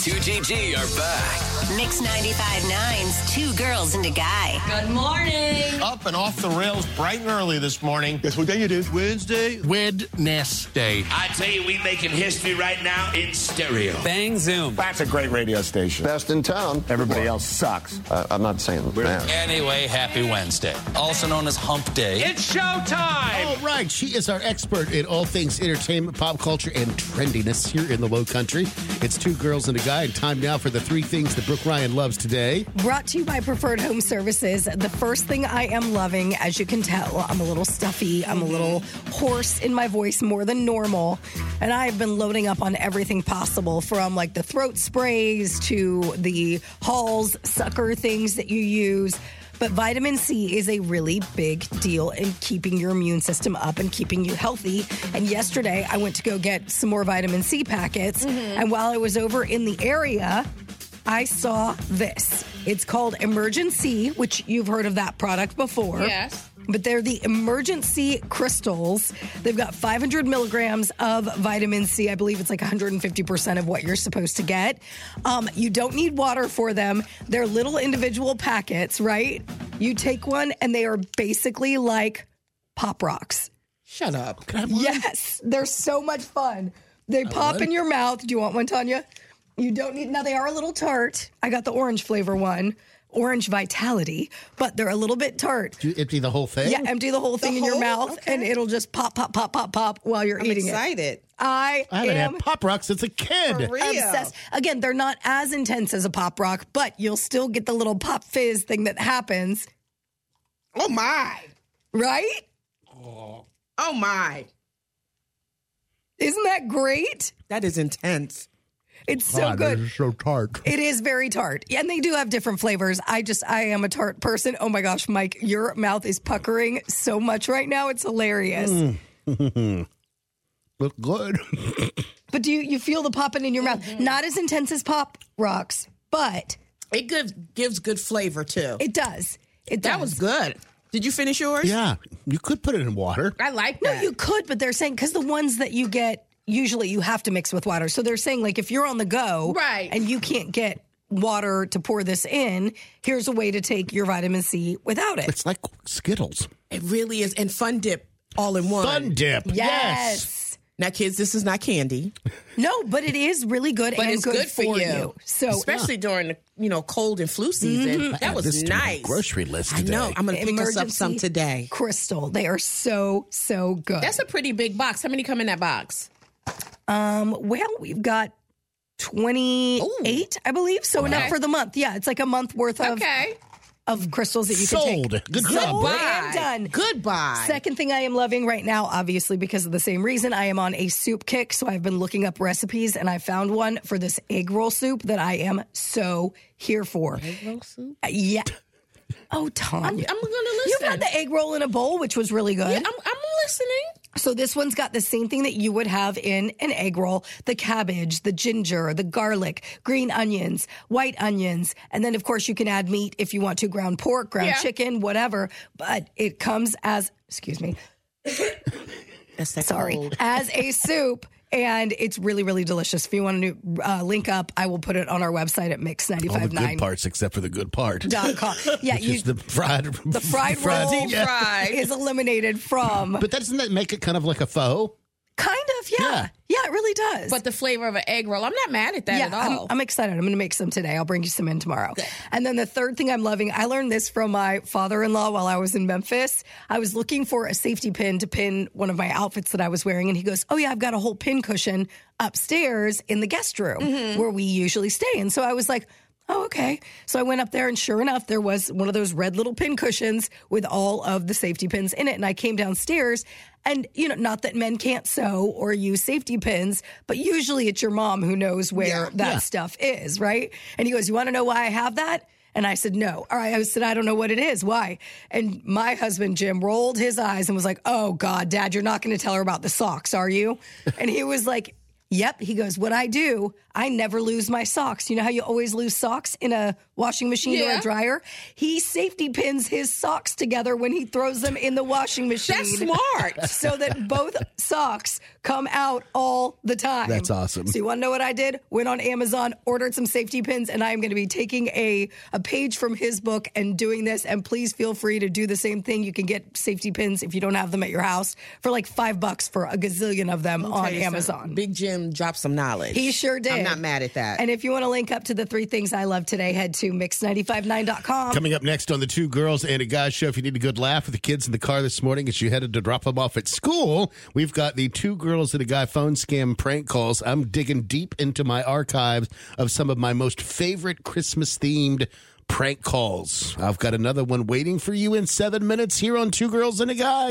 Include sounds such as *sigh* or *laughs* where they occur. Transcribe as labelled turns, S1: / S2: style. S1: B2GG are back.
S2: Mix 95.9's Two Girls and a Guy.
S3: Good morning.
S4: Oh,
S5: Up and off the rails bright and early this morning. Guess what day it is? Wednesday.
S6: Wednesday.
S7: I tell you, we making history right now in stereo.
S6: Bang Zoom.
S8: That's a great radio station.
S9: best in town.
S8: Everybody else sucks.
S9: I- I'm not saying that.
S6: Anyway, happy Wednesday, also known as Hump Day.
S7: It's showtime.
S10: All right, she is our expert in all things entertainment, pop culture, and trendiness here in the Low Country. It's two girls and a guy, and time now for the three things that Brooke Ryan loves today.
S4: Brought to you by Preferred Home Services. The first thing I am loving, as you can tell, I'm a little stuffy. I'm a little hoarse in my voice more than normal. And I've been loading up on everything possible from like the throat sprays to the Halls sucker things that you use. But vitamin C is a really big deal in keeping your immune system up and keeping you healthy. And yesterday, I went to go get some more vitamin C packets. And while I was over in the area, I saw this. It's called Emergency, which you've heard of that product before.
S3: Yes.
S4: But they're the emergency crystals. They've got 500 milligrams of vitamin C. I believe it's like 150% of what you're supposed to get. Um, you don't need water for them. They're little individual packets, right? You take one, and they are basically like pop rocks.
S10: Shut up. Can I have one?
S4: Yes, they're so much fun. They pop in your mouth. Do you want one, Tanya? You don't need. Now they are a little tart. I got the orange flavor one, orange vitality, but they're a little bit tart.
S10: You empty the whole thing?
S4: Yeah, empty the whole thing in your mouth, and it'll just pop, pop, pop, pop, pop while you're eating it.
S3: Excited.
S4: I,
S10: I haven't
S4: am
S10: had Pop Rocks since a kid.
S3: For real.
S4: obsessed. Again, they're not as intense as a pop rock, but you'll still get the little pop fizz thing that happens,
S3: Oh my.
S4: right?
S3: Oh my.
S4: Isn't that great?
S3: That is intense.
S4: It's so
S10: God,
S4: good.
S10: they're so tart.
S4: It is very tart. Yeah, and they do have different flavors. I just, I am a tart person. Oh my gosh, Mike, your mouth is puckering so much right now. It's hilarious.
S10: Look good.
S4: But do you, you feel the popping in your mouth? Not as intense as pop rocks, but
S3: It gives gives good flavor too.
S4: it does. It
S3: that
S4: does.
S3: was good. Did you finish yours?
S10: yeah, you could put it in water.
S3: I like
S4: No,
S3: that.
S4: you could, but they're saying, because the ones that you get, usually you have to mix with water. So they're saying, like, if you're on the go
S3: Right.
S4: and you can't get water to pour this in, here's a way to take your vitamin C without it.
S10: It's like Skittles.
S3: It really is. And fun dip all in one.
S10: Fun dip.
S3: Now, kids, this is not candy,
S4: No, but it is really good
S3: but
S4: and
S3: it's good, for, you.
S4: So
S3: especially during the you know cold and flu season,
S4: Mm-hmm.
S3: that
S10: Add this
S3: was
S10: to my
S3: nice.
S10: grocery list
S3: I know.
S10: today.
S3: I'm gonna pick us up
S4: Emergency
S3: some today.
S4: Crystal, they are so so good.
S3: That's a pretty big box. How many come in that box?
S4: um, well, we've got. 28, I believe. So enough for the month. Yeah, it's like a month worth of,
S3: Okay.
S4: of crystals that you can
S10: Sold.
S4: take.
S10: Good job, Brooke.
S4: I'm done.
S3: Goodbye.
S4: Second thing I am loving right now, obviously because of the same reason, I am on a soup kick. So I've been looking up recipes and I found one for this egg roll soup that I am so here for. Egg roll soup? Yeah. Oh, Tom.
S3: I'm gonna
S4: You
S3: listen.
S4: had the egg roll in a bowl, which was really good.
S3: Yeah, I'm, I'm listening.
S4: So this one's got the same thing that you would have in an egg roll: the cabbage, the ginger, the garlic, green onions, white onions, and then of course you can add meat if you want to: ground pork, ground
S3: Yeah.
S4: chicken, whatever. But it comes as excuse me,
S3: That's that
S4: sorry,
S10: *laughs*
S3: cold.
S4: as a soup. And it's really, really delicious. If you want to uh, link up, I will put it on our website at
S10: All the good
S4: mix959.com.
S10: parts except for the good part.
S4: Yeah,
S10: Which
S4: you,
S10: is the *laughs* fried,
S4: the fried, roll
S10: yeah.
S3: Fried.
S4: is eliminated from.
S10: But that doesn't that make it kind of like a faux?
S4: Kind of, yeah.
S10: Yeah.
S4: Yeah, it really does.
S3: But the flavor of an egg roll, I'm not mad at that
S4: yeah,
S3: at
S4: I'm-
S3: all.
S4: I'm, excited. I'm going to make some today. I'll bring you some in tomorrow. And then the third thing I'm loving, I learned this from my father in law while I was in Memphis. I was looking for a safety pin to pin one of my outfits that I was wearing. And he goes, Oh, yeah, I've got a whole pin cushion upstairs in the guest room
S3: Mm-hmm.
S4: where we usually stay. And so I was like, Oh, okay. So I went up there, and sure enough, there was one of those red little pin cushions with all of the safety pins in it. And I came downstairs, and you know, not that men can't sew or use safety pins, but usually it's your mom who knows where that stuff is, right? And he goes, You want to know why I have that? And I said, No. All right. I said, I don't know what it is. Why? And my husband, Jim, rolled his eyes and was like, Oh, God, dad, you're not going to tell her about the socks, are you? and he was like, Yep. He goes, What I do, I never lose my socks. You know how you always lose socks in a washing machine or
S3: Yeah.
S4: a dryer? He safety pins his socks together when he throws them in the washing machine.
S3: That's smart.
S4: *laughs* so that both socks come out all the time.
S10: That's awesome.
S4: So you want to know what I did? Went on Amazon, ordered some safety pins, and I am going to be taking a a page from his book and doing this. And please feel free to do the same thing. You can get safety pins if you don't have them at your house for like five bucks for a gazillion of them on Amazon.
S3: Big Jim dropped some knowledge.
S4: He sure did.
S3: I'm not mad at that.
S4: And if you want to link up to the three things I love today, head to mix959.com.
S10: Coming up next on the Two Girls and a Guy show, if you need a good laugh with the kids in the car this morning as you headed to drop them off at school, we've got the Two Girls and a Guy phone scam prank calls. I'm digging deep into my archives of some of my most favorite Christmas themed prank calls. I've got another one waiting for you in seven minutes here on Two Girls and a Guy.